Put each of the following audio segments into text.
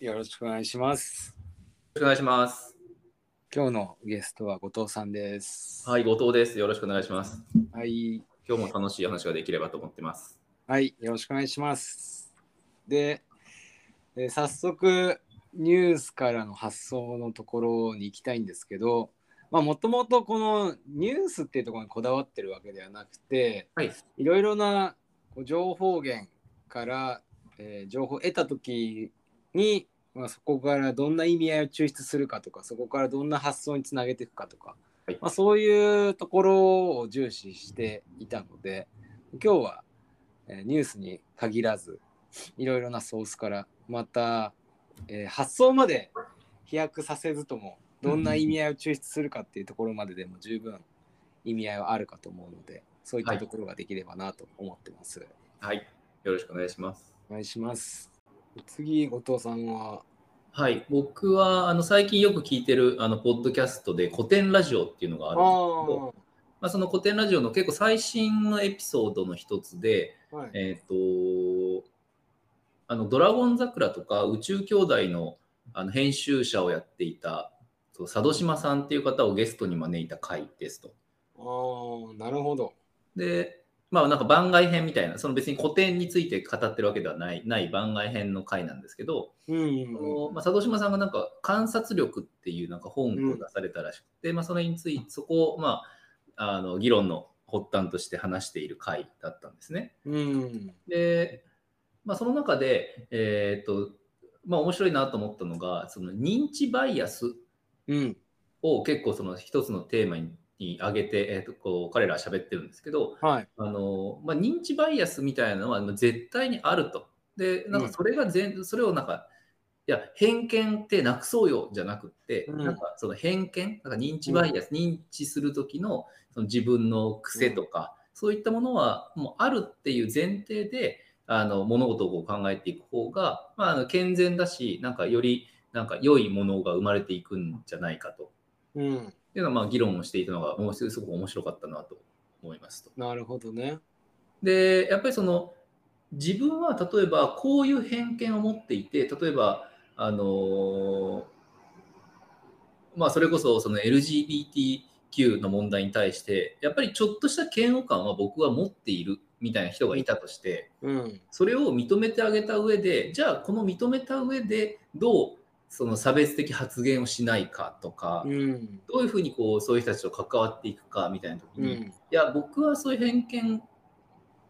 よろしくお願いします。ろしくお願いします。今日のゲストは後藤さんです。はい、後藤です。よろしくお願いします。はい。今日も楽しい話ができればと思ってます。はい。よろしくお願いします。で、えー早速、ニュースからの発想のところに行きたいんですけど、まあ、もともとこのニュースっていうところにこだわってるわけではなくて、はい。いろいろなこう情報源から、えー情報を得た時に、まあ、そこからどんな意味合いを抽出するかとかそこからどんな発想につなげていくかとか、はいまあ、そういうところを重視していたので今日は、えーニュースに限らずいろいろなソースからまた、えー発想まで飛躍させずともどんな意味合いを抽出するかっていうところまででも十分意味合いはあるかと思うのでそういったところができればなと思ってます、はい。よろしくお願いします。お願いします次後藤さんははい。僕は、あの、最近よく聞いてる、あの、ポッドキャストで古典ラジオっていうのがああるんですけど、まあ、その古典ラジオの結構最新のエピソードの一つで、ーはいえっ、と、あの、ドラゴン桜とか宇宙兄弟のあの編集者をやっていた、そう佐渡島さんっていう方をゲストに招いた回ですと。あーなるほどで、まあなんか番外編みたいな、その別に古典について語ってるわけではないない番外編の回なんですけど、うんうんそうんのまあ、佐渡島さんがなんか観察力っていうなんか本を出されたらしくて、まあそれについて、そこをまあ、あの議論の発端として話している回だったんですね。うんで、まあその中で、えーっと、まあ面白いなと思ったのが、その認知バイアスうんを結構その一つのテーマに挙げて、えーっとこう彼らは喋ってるんですけど、はいあのまあ、認知バイアスみたいなのはまあ絶対にあると。で、なんうかんそれが全、それをなんか、いや、偏見ってなくそうよじゃなくって、うんなんかその偏見、なんか認知バイアス、認知する時のその自分の癖とか、そういったものはもうあるっていう前提で、あの物事をこう考えていく方が、まあ、あの健全だし、なんかよりなんか良いものが生まれていくんじゃないかと。っうんていうのはまあ議論をしていたのが、もうすごく面白かったなと思いますと。なるほどねでやっぱりその自分は例えばこういう偏見を持っていて例えばあのーまあそれこそその LGBTQ の問題に対してやっぱりちょっとした嫌悪感は僕は持っているみたいな人がいたとしてうんそれを認めてあげた上でじゃあこの認めた上でどうその差別的発言をしないかとかうんどういうふうにこうそういう人たちと関わっていくかみたいな時うにんいや僕はそういう偏見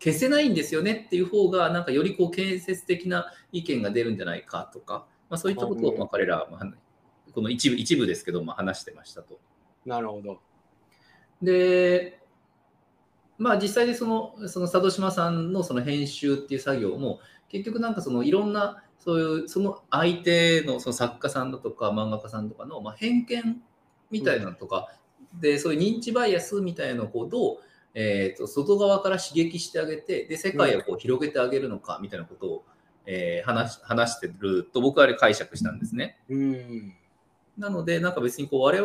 消せないんですよねっていう方がなんかよりこう建設的な意見が出るんじゃないかとか、まあ、そういったことうをんまあ彼らはまあこの一部一部ですけども話してましたと。なるほどでまあ実際にそのその佐渡島さんのその編集っていう作業も結局なんかそのいろんなそういうその相手のその作家さんだとか漫画家さんとかのまあ偏見みたいなのとか、でそういう認知バイアスみたいなのをこうどう、えー、と外側から刺激してあげてで世界をこう広げてあげるのかみたいなことを、えー話し話してると僕はあれ解釈したんですね。うんなので、なんか別にこう我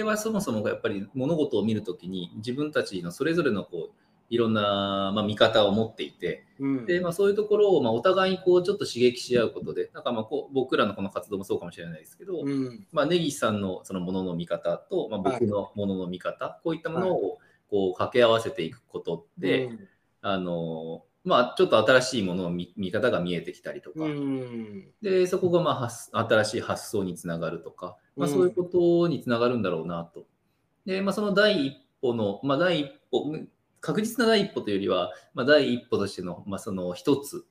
々はそもそもやっぱり物事を見るときに自分たちのそれぞれのこういろんな、まあ、見方を持っていて、うんでまあ、そういうところをまあお互いにこうちょっと刺激し合うことで、なんかまあこう僕らのこの活動もそうかもしれないですけど、うんまあ、根岸さんのそのものの見方と、まあ、僕のものの見方、こういったものをこう掛け合わせていくことで、うんあのまあ、ちょっと新しいものの見見方が見えてきたりとか、うんでそこがまあ発新しい発想につながるとか、まあ、うんそういうことにつながるんだろうなと。で、まあ、その第一歩の、まあ、第一歩確実な第一歩というよりは、まあ、第一歩としての,、まあその一つ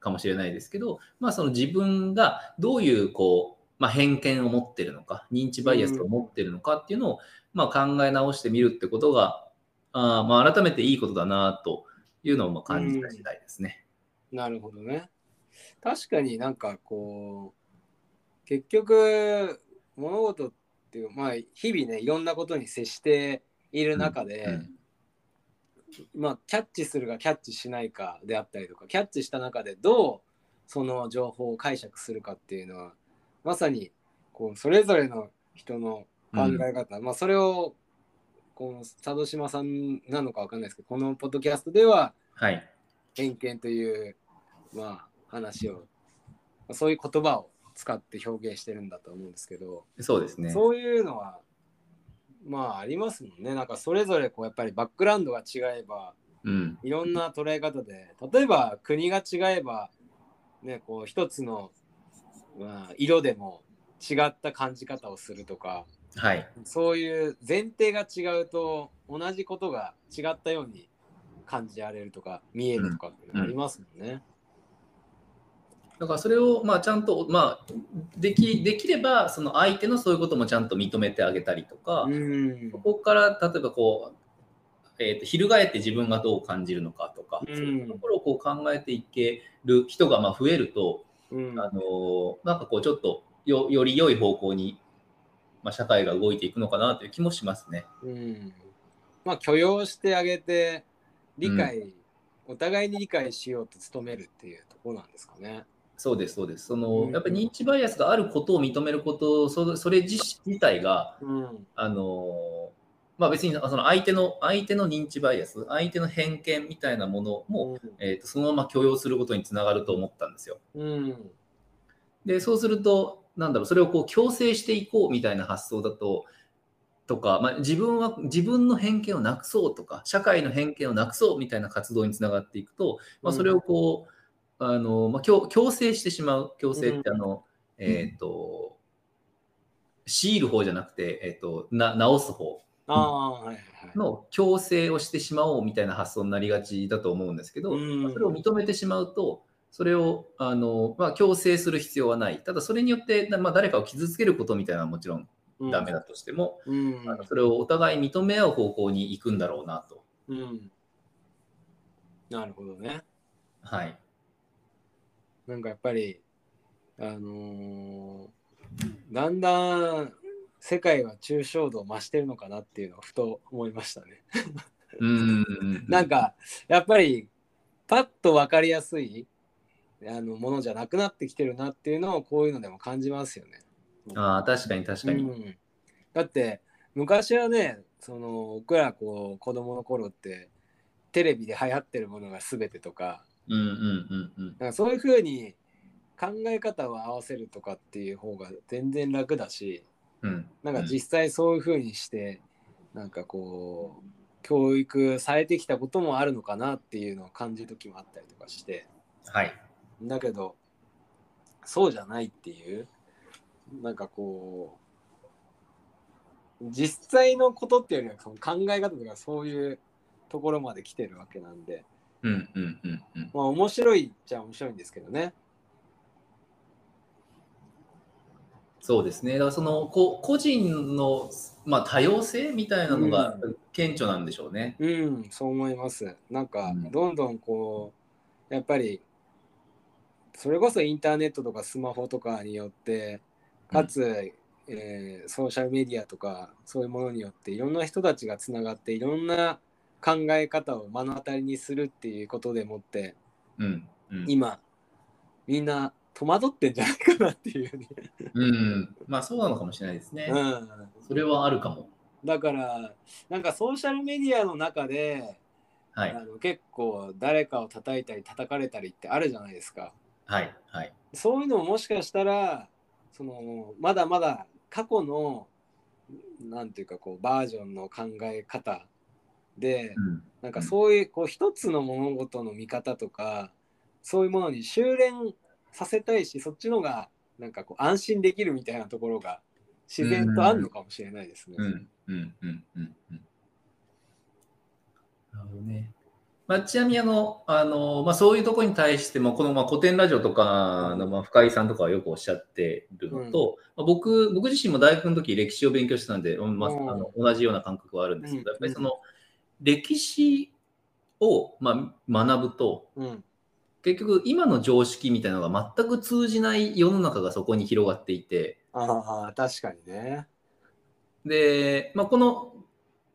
かもしれないですけど、まあ、その自分がどういうこう、まあ、偏見を持ってるのか認知バイアスを持ってるのかっていうのを、まあ、考え直してみるってことがあー、まあ、改めていいことだなというのをまあ感じた次第ですね。なるほどね。確かになんかこう結局物事っていうまあ日々ねいろんなことに接している中で、うんまあキャッチするかキャッチしないかであったりとかキャッチした中でどうその情報を解釈するかっていうのはまさにこうそれぞれの人の考え方、まあそれをこの佐渡島さんなのかわかんないですけどこのポッドキャストでははい偏見という、まあ、話をそういう言葉を使って表現してるんだと思うんですけど、そうですね。そういうのはまあありますもんねなんかそれぞれこうやっぱりバックグラウンドが違えばうん。いろんな捉え方で例えば国が違えばねこう一つの、まあ、色でも違った感じ方をするとかはい。そういう前提が違うと同じことが違ったように感じられるとか見えるとかっていうのありますもんね。だからそれを、まあ、ちゃんと、まあ、でき、できれば、その相手のそういうこともちゃんと認めてあげたりとか、うんそこから、例えばこう、えーと、翻って自分がどう感じるのかとか、うんそういうところをこう考えていける人がまあ増えると、うんあのーなんかこう、ちょっとよ、より良い方向に、まあ、社会が動いていくのかなという気もしますね。うんまあ許容してあげて理解、お互いに理解しようと努めるっていうところなんですかね。そうです、そうです。そうんの、やっぱり認知バイアスがあることを認めること、そそれ自自体が、うんあのまあ別にその相手の相手の認知バイアス相手の偏見みたいなものも、えー、とそのまま許容することにつながると思ったんですよ。うんでそうするとなんだろうそれをこう強制していこうみたいな発想だととか、まあ、自分は自分の偏見をなくそうとか社会の偏見をなくそうみたいな活動につながっていくと、まあ、それをこう、あのまあ、強強制してしまう強制ってあの、えっ、と強いる方じゃなくて、えー、とな直す方ああはいはいはい。の強制をしてしまおうみたいな発想になりがちだと思うんですけど、うんそれを認めてしまうとそれをあの、まあ、強制する必要はないただそれによって、まあ、誰かを傷つけることみたいなのはもちろんダメだとしても、うんあのそれをお互い認め合う方向に行くんだろうなと。うんなるほどね。はい、なんかやっぱりあのーだんだん世界は抽象度を増してるのかなっていうのをふと思いましたね。うんなんかやっぱりパッと分かりやすいあのものじゃなくなってきてるなっていうのをこういうのでも感じますよね。あー確かに確かに。うん、だって昔はねその僕らこう子供の頃ってテレビで流行ってるものが全てとかうんうんうんうんなんかそういう風に考え方を合わせるとかっていう方が全然楽だしうんなんか実際そういう風にして、なんかこう教育されてきたこともあるのかなっていうのを感じる時もあったりとかしてはいだけどそうじゃないっていうなんかこう実際のことっていうよりはその考え方とかそういうところまで来てるわけなんでうんうんうんうんまあ面白いっちゃ面白いんですけどね。そうですねだからそのこ個人の、まあ、多様性みたいなのが顕著なんでしょうね。うん、そう思います。なんかう、んどんどんこう、やっぱり、それこそインターネットとかスマホとかによって、かつ、えーソーシャルメディアとか、そういうものによって、いろんな人たちがつながって、いろんな考え方を目の当たりにするっていうことでもって、うんうん今、みんな戸惑ってんじゃないかなっていうね。うん、まあそうなのかもしれないですね。うん。それはあるかも。だから、なんかソーシャルメディアの中で、はいあ、の結構誰かを叩いたり叩かれたりってあるじゃないですかはい、はい。そういうのももしかしたらそのまだまだ過去のなんていうかこうバージョンの考え方でうん、なんかそういうこう一つの物事の見方とかそういうものに修練させたいしそっちのがなんかこう安心できるみたいなところが自然とあるのかもしれないですね。うん、うん、うん、うん。うんなるほどね。まあ、ちなみにあの、あのまあ、そういうところに対しても、このまあ古典ラジオとかのまあ深井さんとかはよくおっしゃってるのと、まあ、僕僕自身も大学の時歴史を勉強してたんで、うんまあ、あうんの同じような感覚はあるんですけど、うんやっぱりその歴史をまあ学ぶと、うん結局今の常識みたいなのが全く通じない世の中がそこに広がっていてああ確かにね。で、まあ、この、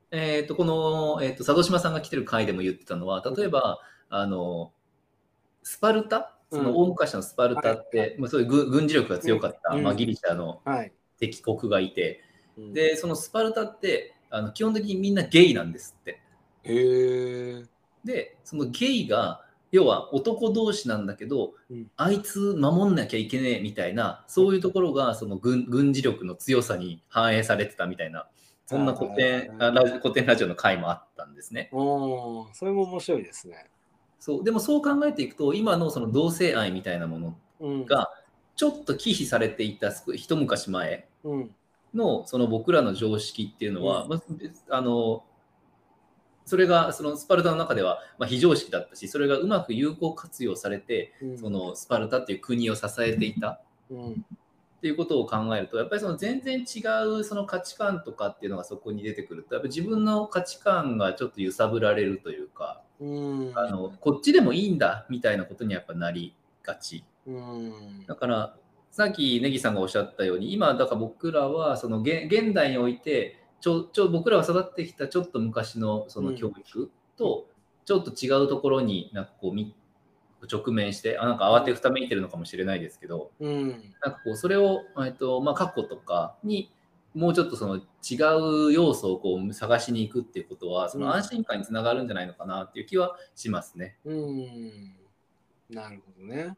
えー、とこの、えー、と佐渡島さんが来てる回でも言ってたのは例えば、あのスパルタそうんの大昔のスパルタって、はいまあ、そういう軍軍事力が強かった、うんまあ、ギリシャのはい。敵国がいてうんでそのスパルタってあの基本的にみんなゲイなんですって。へえ。でそのゲイが、要は男同士なんだけど、うんあいつ守んなきゃいけねえみたいなそういうところがその軍軍事力の強さに反映されてたみたいなそんな古典あーあラジ古典ラジオの回もあったんですね。おーそれも面白いですね。そうでもそう考えていくと今のその同性愛みたいなものうんがちょっと忌避されていたすごい一昔前うんのその僕らの常識っていうのは、うまあ別あのそれがそのスパルタの中ではまあ非常識だったしそれがうまく有効活用されてうんそのスパルタっていう国を支えていたうんっていうことを考えるとやっぱりその全然違うその価値観とかっていうのがそこに出てくるとやっぱ自分の価値観がちょっと揺さぶられるというかうんあのこっちでもいいんだみたいなことにやっぱなりがち。うんだからさっきネギさんがおっしゃったように今だから僕らはその現現代においてちょちょ僕らが育ってきたちょっと昔のその教育とちょっと違うところになんかこうみ直面してあなんか慌てふためいてるのかもしれないですけどうんなんかこうそれを、えっとまあ、過去とかにもうちょっとその違う要素をこう探しに行くっていうことはその安心感につながるんじゃないのかなっていう気はしますね。うんなるほどね。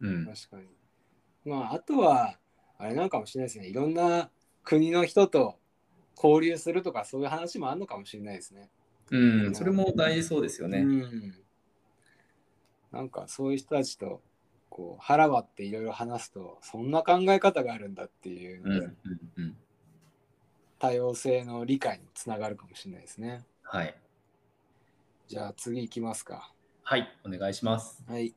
うん、確かに。まあ、あとは、あれなんかもしれないですね。いろんな国の人と交流するとか、そういう話もあるのかもしれないですね。うん、それも大事そうですよね。うん。なんか、そういう人たちと、こう、腹割っていろいろ話すと、そんな考え方があるんだっていう、うんうんうん、多様性の理解にもつながるかもしれないですね。はいじゃあ、次行きますか。はい、お願いします。はい。